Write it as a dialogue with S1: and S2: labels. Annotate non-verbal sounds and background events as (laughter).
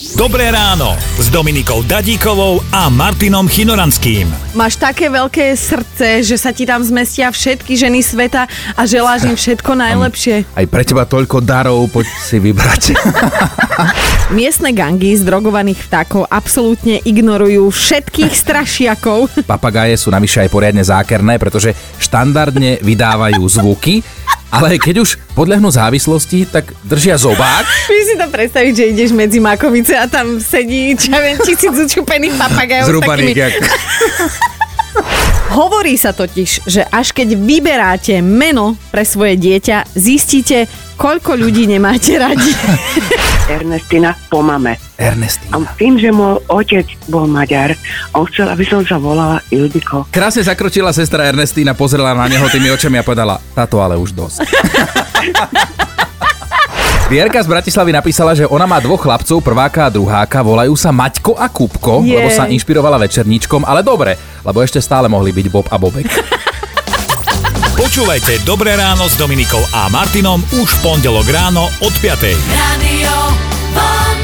S1: Dobré ráno s Dominikou Dadíkovou a Martinom Chinoranským.
S2: Máš také veľké srdce, že sa ti tam zmestia všetky ženy sveta a želáš im všetko najlepšie.
S3: Aj pre teba toľko darov, poď si
S2: (laughs)
S3: vybrať.
S2: Miestne gangy z drogovaných vtákov absolútne ignorujú všetkých strašiakov.
S3: Papagáje sú navyše aj poriadne zákerné, pretože štandardne vydávajú zvuky, ale keď už podľahnú závislosti, tak držia zobák
S2: (laughs) Vieš si to predstaviť, že ideš medzi Makovice a tam sedí, čo ja viem, tisíc učupených papagajov. s
S3: zrubaných.
S2: takými-
S3: Jak...
S2: Hovorí sa totiž, že až keď vyberáte meno pre svoje dieťa, zistíte, koľko ľudí nemáte radi.
S4: Ernestina po mame. A
S3: Ernestina.
S4: tým, že môj otec bol Maďar, on chcel, aby som sa volala Ildiko.
S3: Krásne zakročila sestra Ernestína, pozrela na neho tými očami a povedala, táto ale už dosť.
S2: (laughs)
S3: Vierka z Bratislavy napísala, že ona má dvoch chlapcov, prváka a druháka, volajú sa Maťko a Kupko,
S2: Jej.
S3: lebo sa inšpirovala večerníčkom, ale dobre, lebo ešte stále mohli byť Bob a Bobek.
S1: Počúvajte Dobré ráno s Dominikou a Martinom už v pondelok ráno od 5.
S5: Radio Vlna.